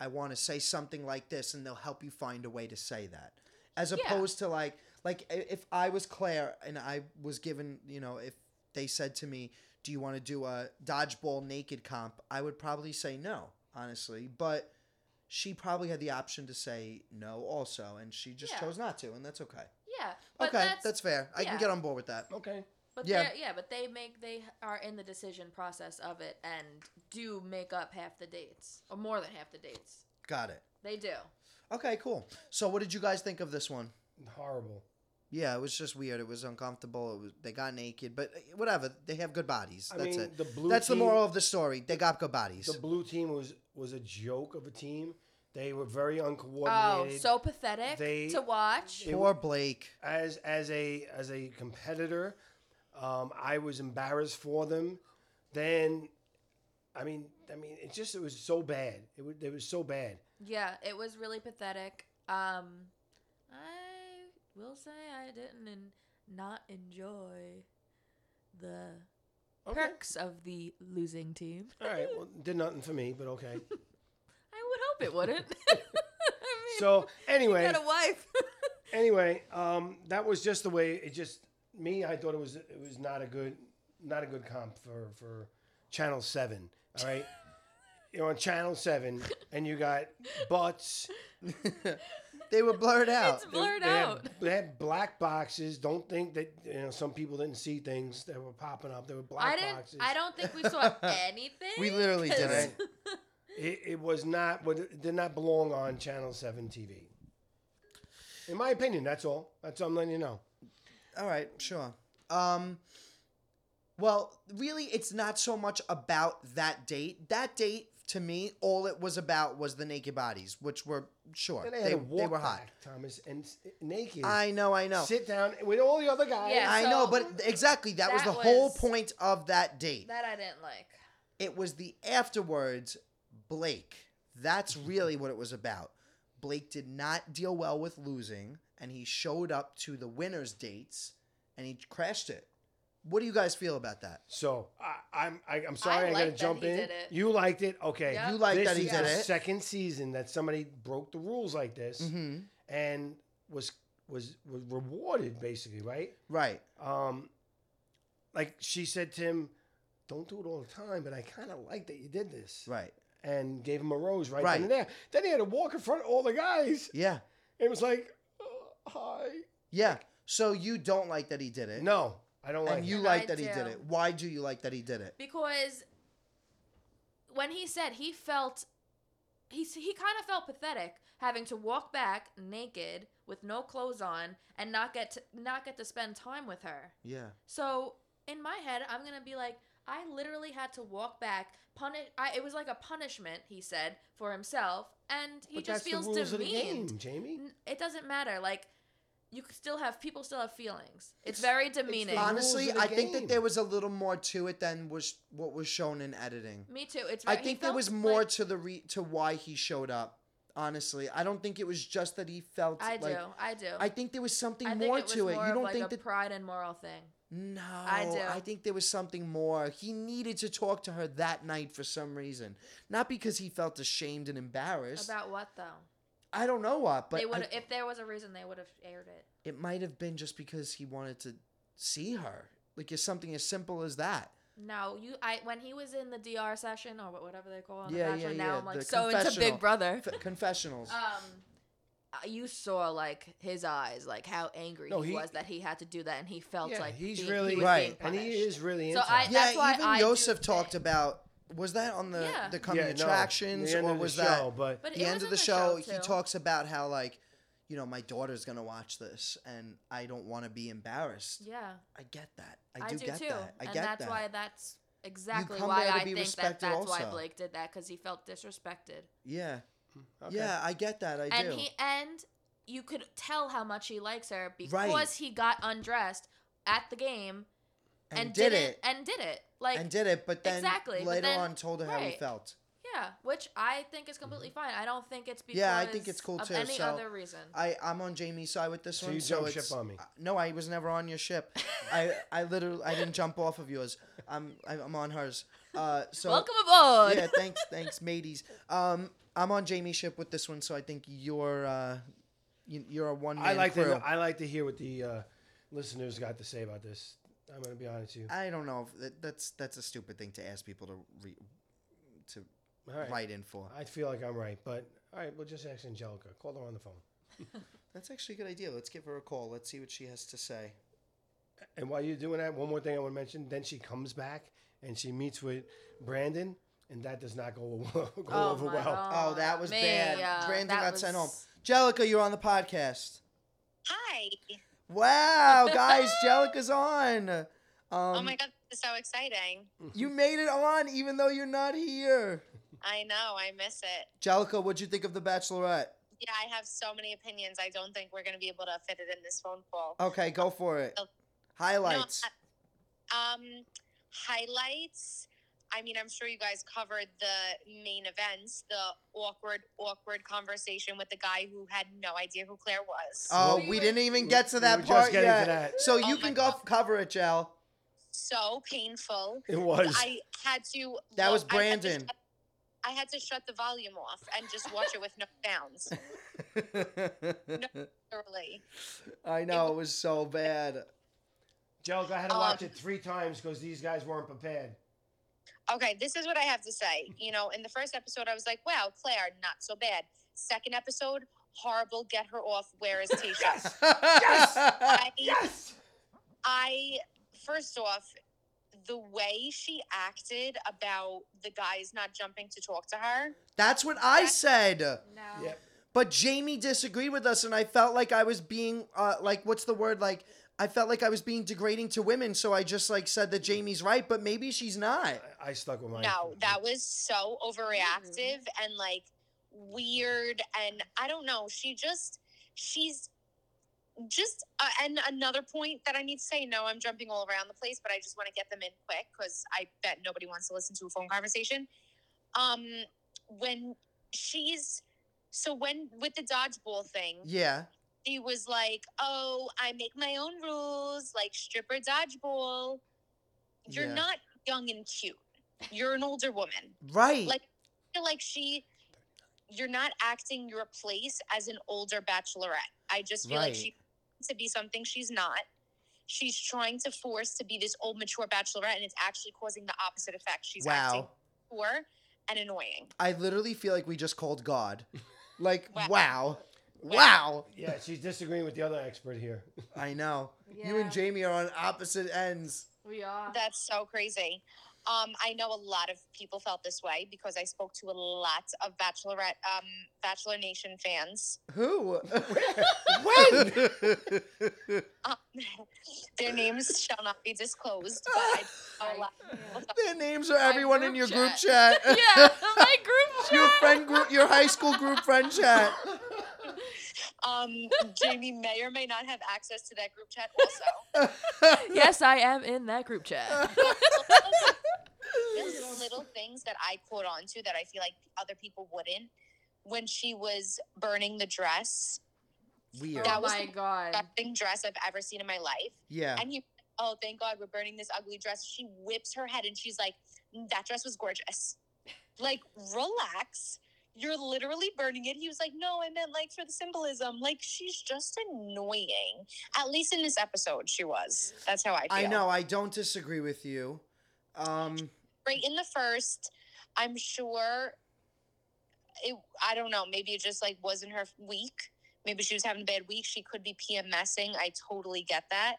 A: "I want to say something like this," and they'll help you find a way to say that, as
B: Yeah.
A: opposed to like like i- if I was Claire and I was given, you know, if they said to me, "Do you want to do a dodgeball naked comp?" I would probably say no, honestly. But she probably had the option to say no, also, and she just
B: Yeah.
A: chose not to, and that's okay.
B: yeah, but
A: okay, that's,
B: that's,
A: fair. I can
B: yeah.
A: get on board with that.
C: Okay.
B: But
A: Yeah.
B: yeah, yeah, but they make they are in the decision process of it and do make up half the dates or more than half the dates.
A: Got it.
B: They do.
A: Okay, cool. So, what did you guys think of this one?
C: Horrible.
A: Yeah, it was just weird. It was uncomfortable. It was they got naked, but eh, whatever. They have good bodies.
C: I
A: That's
C: mean,
A: it.
C: the blue.
A: That's
C: team,
A: the moral of the story. They got good bodies.
C: The blue team was was a joke of a team. They were very
B: Oh,
C: uncoordinated.
B: so pathetic
C: They-
B: to watch.
C: it-
A: Poor Blake.
C: as as a as a competitor, um, I was embarrassed for them. Then, I mean, I mean, it just it was so bad. It was it was so bad.
B: yeah, it was really pathetic. Um, I will say I didn't en- not enjoy the
C: Okay.
B: perks of the losing team.
C: All right. Well, did nothing for me, but okay.
B: I would hope it wouldn't. I mean,
C: So anyway,
B: you got a wife.
C: anyway, um, that was just the way it just me. I thought it was it was not a good not a good comp for for Channel Seven. All right, you're on Channel Seven, and you got butts.
A: They were blurred
C: Oh,
A: out.
B: it's blurred
C: they
B: out.
C: Had, they had black boxes. Don't think that you know some people didn't see things that were popping up. There were black
B: I didn't.
C: boxes.
B: I don't think we saw anything.
A: We literally
B: 'cause-
A: didn't.
C: It, it was not. what- It did not belong on Channel Seven TV. In my opinion, that's all. That's all I'm letting you know.
A: All right, sure. Um, well, really, it's not so much about that date. That date, to me, all it was about was the naked bodies, which were sure
C: And
A: they,
C: they, had
A: they
C: a walk
A: were hot.
C: back, Thomas, and s- naked.
A: I know, I know,
C: Sit down with all the other guys.
B: Yeah.
A: I know.
B: So-
A: But exactly, that, was
B: That
A: the whole
B: was-
A: point of that date.
B: That I didn't like.
A: it was the afterwards, Blake. That's really what it was about. Blake did not deal well with losing, and he showed up to the winners' dates, and he crashed it. What do you guys feel about that?
C: So I, I'm I, I'm sorry I,
B: liked
C: gotta
B: that
C: jump
B: he
C: in.
B: did it.
C: You liked it, okay?
B: Yep.
A: You like
C: this
A: that he
C: is
A: did
C: the
A: it.
C: second season that somebody broke the rules like this
A: Mm-hmm.
C: and was was was rewarded basically, right?
A: Right.
C: Um, like she said to him, "Don't do it all the time," but I kind of like that you did this,
A: Right.
C: and gave him a rose right,
A: Right.
C: then and there. Then he had to walk in front of all the guys.
A: Yeah.
C: It was like, uh, "Hi."
A: Yeah. So you don't like that he did it.
C: No, I don't like.
A: And you
B: it.
A: like
B: I
A: that he did
B: do.
A: it. Why do you like that he did it?
B: because when he said he felt he s- he kind of felt pathetic having to walk back naked with no clothes on and not get to, not get to spend time with her.
A: Yeah.
B: So in my head, I'm gonna be like, I literally had to walk back. Punish. I, it was like a punishment, he said, for himself, and he
C: but
B: just
C: that's
B: feels
C: the rules
B: demeaned.
C: of the game, Jamie.
B: N- It doesn't matter. Like you could still have people still have feelings. It's, very demeaning.
C: rules
A: Honestly,
C: of the
A: I think
C: game.
A: that there was a little more to it than was what was shown in editing.
B: Me too. It's.
A: I
B: very- he
A: think there
B: felt
A: was more
B: like-
A: to the re- to why he showed up. Honestly, I don't think it was just that he felt
B: I do.
A: like
B: I do.
A: I think there was something
B: I think
A: more
B: it was
A: to it.
B: more
A: You
B: of
A: don't
B: like
A: think
B: a
A: that
B: pride and moral thing.
A: No.
B: I do.
A: I think there was something more. He needed to talk to her that night for some reason. Not because he felt ashamed and embarrassed.
B: About what though?
A: I don't know what, but
B: they would
A: I-
B: if there was a reason they would have aired it.
A: it might have been just because he wanted to see her. Like it's something as simple as that.
B: No, you. I when he was in the DR session or wha- whatever they call it.
A: Yeah,
B: Yeah,
A: yeah,
B: Now
A: yeah,
B: I'm like
A: the
B: so into
A: confessional.
B: Big Brother.
A: F- confessionals.
B: Um, uh, you saw like his eyes, like how angry
C: No,
B: he,
C: he-
B: was that he had to do that, and he felt
C: Yeah,
B: like
C: he's
B: being-
C: really
B: he was
A: Right.
B: being
C: and he
B: punished.
C: is really
B: So
C: into
B: I-
C: it.
A: yeah,
B: that's why
A: even
B: I do
A: Yosef
B: think-
A: talked about was that on the
B: Yeah.
A: the coming
C: Yeah, no,
A: attractions
C: the end
A: or
C: of the
A: was
C: show,
A: that
C: But
B: But
A: the
B: it
A: end
B: was
A: of
B: in
A: the show, he
B: too.
A: talks about how like you know my daughter's gonna watch this and I don't want to be embarrassed.
B: Yeah,
A: I get that.
B: I,
A: I do,
B: do
A: get
B: too,
A: that. I
B: and
A: get
B: that's
A: that.
B: why that's exactly
A: come
B: why
A: there to
B: I
A: be
B: think that
A: respected
B: that's why
A: also.
B: Blake did that because he felt disrespected,
A: yeah,
C: Okay.
A: yeah, I get that. I
B: and
A: do.
B: he and you could tell how much he likes her because
A: Right.
B: he got undressed at the game
A: and,
B: and,
A: did
B: didn't-
A: it.
B: and did it like
A: and did it, but then
B: Exactly, but
A: later
B: then-
A: on told her how he
B: right.
A: felt.
B: yeah, which I think is completely fine. I don't think it's because
A: Mm-hmm. Yeah, I think it's cool
B: of
A: too,
B: any
A: so
B: other reason.
A: I I'm on Jamie's side with this
C: So
A: one.
C: you
A: so
C: jumped
A: it's,
C: ship on me.
A: uh, No, I was never on your ship. I I literally I didn't jump off of yours. I'm I'm on hers. Uh, so
B: Welcome aboard.
A: yeah, thanks, thanks, mateys. Um, I'm on Jamie's ship with this one, so I think you're uh, you, you're a one man
C: I like
A: crew.
C: to I like to hear what the uh, listeners got to say about this. I'm gonna be honest with you.
A: I don't know. If that, that's that's a stupid thing to ask people to re, to
C: All right.
A: write in for.
C: I feel like I'm right, but all right, we'll just ask Angelica. Call her on the phone.
A: That's actually a good idea. Let's give her a call. Let's see what she has to say.
C: And while you're doing that, one more thing I want to mention. Then she comes back and she meets with Brandon, and that does not go, go over well.
A: Oh, that was bad. Brandon
B: that
A: got sent home.
B: was-
A: Jellica, you're on the podcast.
D: Hi.
A: Wow, guys, Jellica's on. Um,
D: oh my god, this is so exciting.
A: You made it on, even though you're not here.
D: I know, I miss it.
A: Jellica, what'd you think of The Bachelorette?
D: Yeah, I have so many opinions. I don't think we're going to be able to fit it in this phone call.
A: Okay, go for it.
D: Oh,
A: Highlights.
D: Um, highlights. I mean, I'm sure you guys covered the main events, the awkward, awkward conversation with the guy who had no idea who Claire was.
A: Oh,
B: We
A: we
B: were-
A: didn't even get to
C: We
A: that
C: were just
A: part
C: getting
A: yet.
C: to that.
A: So you
D: Oh
A: can
D: my
A: go
D: God.
A: cover it, Jell.
D: so painful.
C: It was.
D: I had to.
A: That
D: lo-
A: was
D: I had to
A: Brandon.
D: shut- I had to shut the volume off and just watch it with no sounds. Literally,
A: I know it was so bad.
C: Jellica had to
D: Um,
C: watch it three times because these guys weren't prepared.
D: Okay, this is what I have to say. You know, in the first episode, I was like, wow, Claire, not so bad. Second episode, horrible, get her off, where is Tisha? I,
C: Yes.
D: I, first off, the way she acted about the guys not jumping to talk to her,
A: That's what I said.
B: No.
C: Yep.
A: But Jamie disagreed with us, and I felt like I was being, uh, like, what's the word? Like, I felt like I was being degrading to women, so I just, like, said that Jamie's right, but maybe she's not.
C: I, I stuck with mine.
D: no, that was so overreactive and like weird. And I don't know, she just, she's just, uh, and another point that I need to say no, I'm jumping all around the place, but I just want to get them in quick because I bet nobody wants to listen to a phone conversation. Um, when she's, so when with the dodgeball thing,
A: Yeah.
D: she was like, "Oh, I make my own rules, like stripper dodgeball." You're
A: Yeah.
D: not young and cute. You're an older woman.
A: Right.
D: Like, I feel like she, you're not acting your place as an older bachelorette. I just feel like
A: Right.
D: she to be something she's not. She's trying to force to be this old mature bachelorette, and it's actually causing the opposite effect. She's acting
A: wow.
D: poor and annoying.
A: I literally feel like we just called God. Like,
D: Wow.
A: wow.
D: Wow.
A: Wow.
C: Yeah, she's disagreeing with the other expert here.
A: I know. You
B: Yeah.
A: and Jamie are on opposite ends.
B: We are.
D: That's so crazy. Um, I know a lot of people felt this way because I spoke to a lot of Bachelorette, um, Bachelor Nation fans.
A: Who? when?
D: Um, their names shall not be disclosed, but I know a lot of people felt-
A: Their names are
B: My
A: everyone in
B: group
A: your group chat.
B: chat. yeah, my group chat.
A: your friend group, your high school group friend chat.
D: Um, Jamie may or may not have access to that group chat. Also,
B: Yes, I am in that group chat.
D: there's little things that I caught on to that I feel like other people wouldn't. When she was burning the dress,
A: Weird.
D: That
B: oh
D: was
B: my
D: the-
B: god.
D: best thing dress I've ever seen in my life.
A: Yeah.
D: And he, oh, thank God, we're burning this ugly dress. She whips her head and she's like, "Mm, that dress was gorgeous. Like, relax. You're literally burning it. He was like, no, I meant like for the symbolism. Like, she's just annoying. At least in this episode, she was. That's how I feel.
A: I know. I don't disagree with you. Um.
D: Right in the first, I'm sure it, I don't know, maybe it just like wasn't her week. Maybe she was having a bad week. She could be PMSing. I totally get that.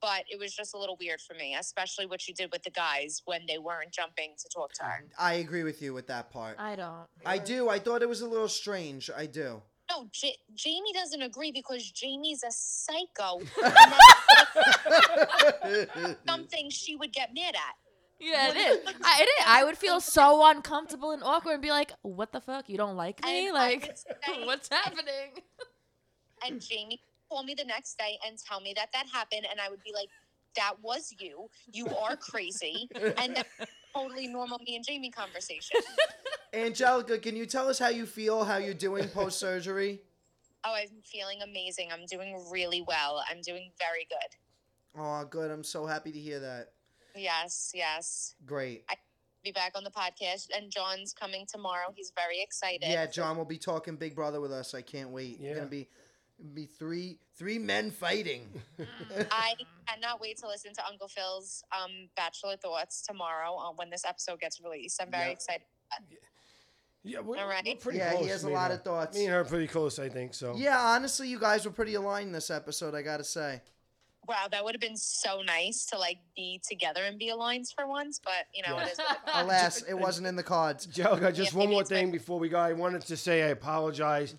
D: But it was just a little weird for me, especially what she did with the guys when they weren't jumping to talk to her.
A: I agree with you with that part.
B: I don't.
A: I do. I thought it was a little strange. I do.
D: No, J- Jamie doesn't agree because Jamie's a psycho. something she would get mad at.
B: Yeah, it
D: What
B: is.
D: is-
B: I, it is. I would feel so uncomfortable and awkward and be like, "What the fuck? You don't like me?
D: And I
B: like,
D: would say-
B: what's happening?"
D: And Jamie called me the next day and tell me that that happened, and I would be like, "That was you. You are crazy." and that totally normal me and Jamie conversation.
A: Angelica, can you tell us how you feel? How you're doing post surgery?
D: oh, I'm feeling amazing. I'm doing really well. I'm doing very good.
A: Oh, good. I'm so happy to hear that.
D: Yes, yes.
A: Great.
D: Be back on the podcast, and John's coming tomorrow. He's very excited.
A: Yeah, John will be talking Big Brother with us. I can't wait.
C: Yeah.
A: It's gonna be be three three men fighting.
D: I cannot wait to listen to Uncle Phil's um, Bachelor Thoughts tomorrow uh, when this episode gets released. I'm very
C: Yeah.
D: excited.
C: Yeah, we're,
D: All right.
C: we're pretty
A: yeah,
C: close.
A: he has a
C: me and
A: lot
C: her.
A: of thoughts.
C: Me and her are pretty close, I think. So
A: Yeah, honestly, you guys were pretty aligned this episode. I gotta say.
D: Wow, that would have been so nice to like be together and be aligned for once, but you know, it is what it is.
A: Alas, it wasn't in the cards.
C: Jelka, just
D: Yeah,
C: one more
D: it's my-
C: thing before we go. I wanted to say I apologize.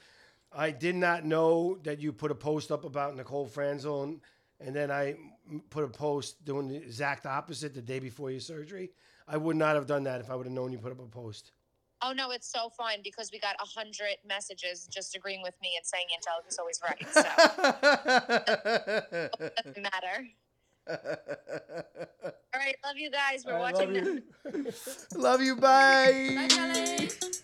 C: I did not know that you put a post up about Nicole Franzel, and, and then I m- put a post doing the exact opposite the day before your surgery. I would not have done that if I would have known you put up a post.
D: Oh no, it's so fun because we got a hundred messages just agreeing with me and saying Angelica's always right. So doesn't matter. All right, love you guys. We're
C: I
D: watching.
C: love
A: love you.
C: you.
B: Bye,
A: Bye.
B: Kelly.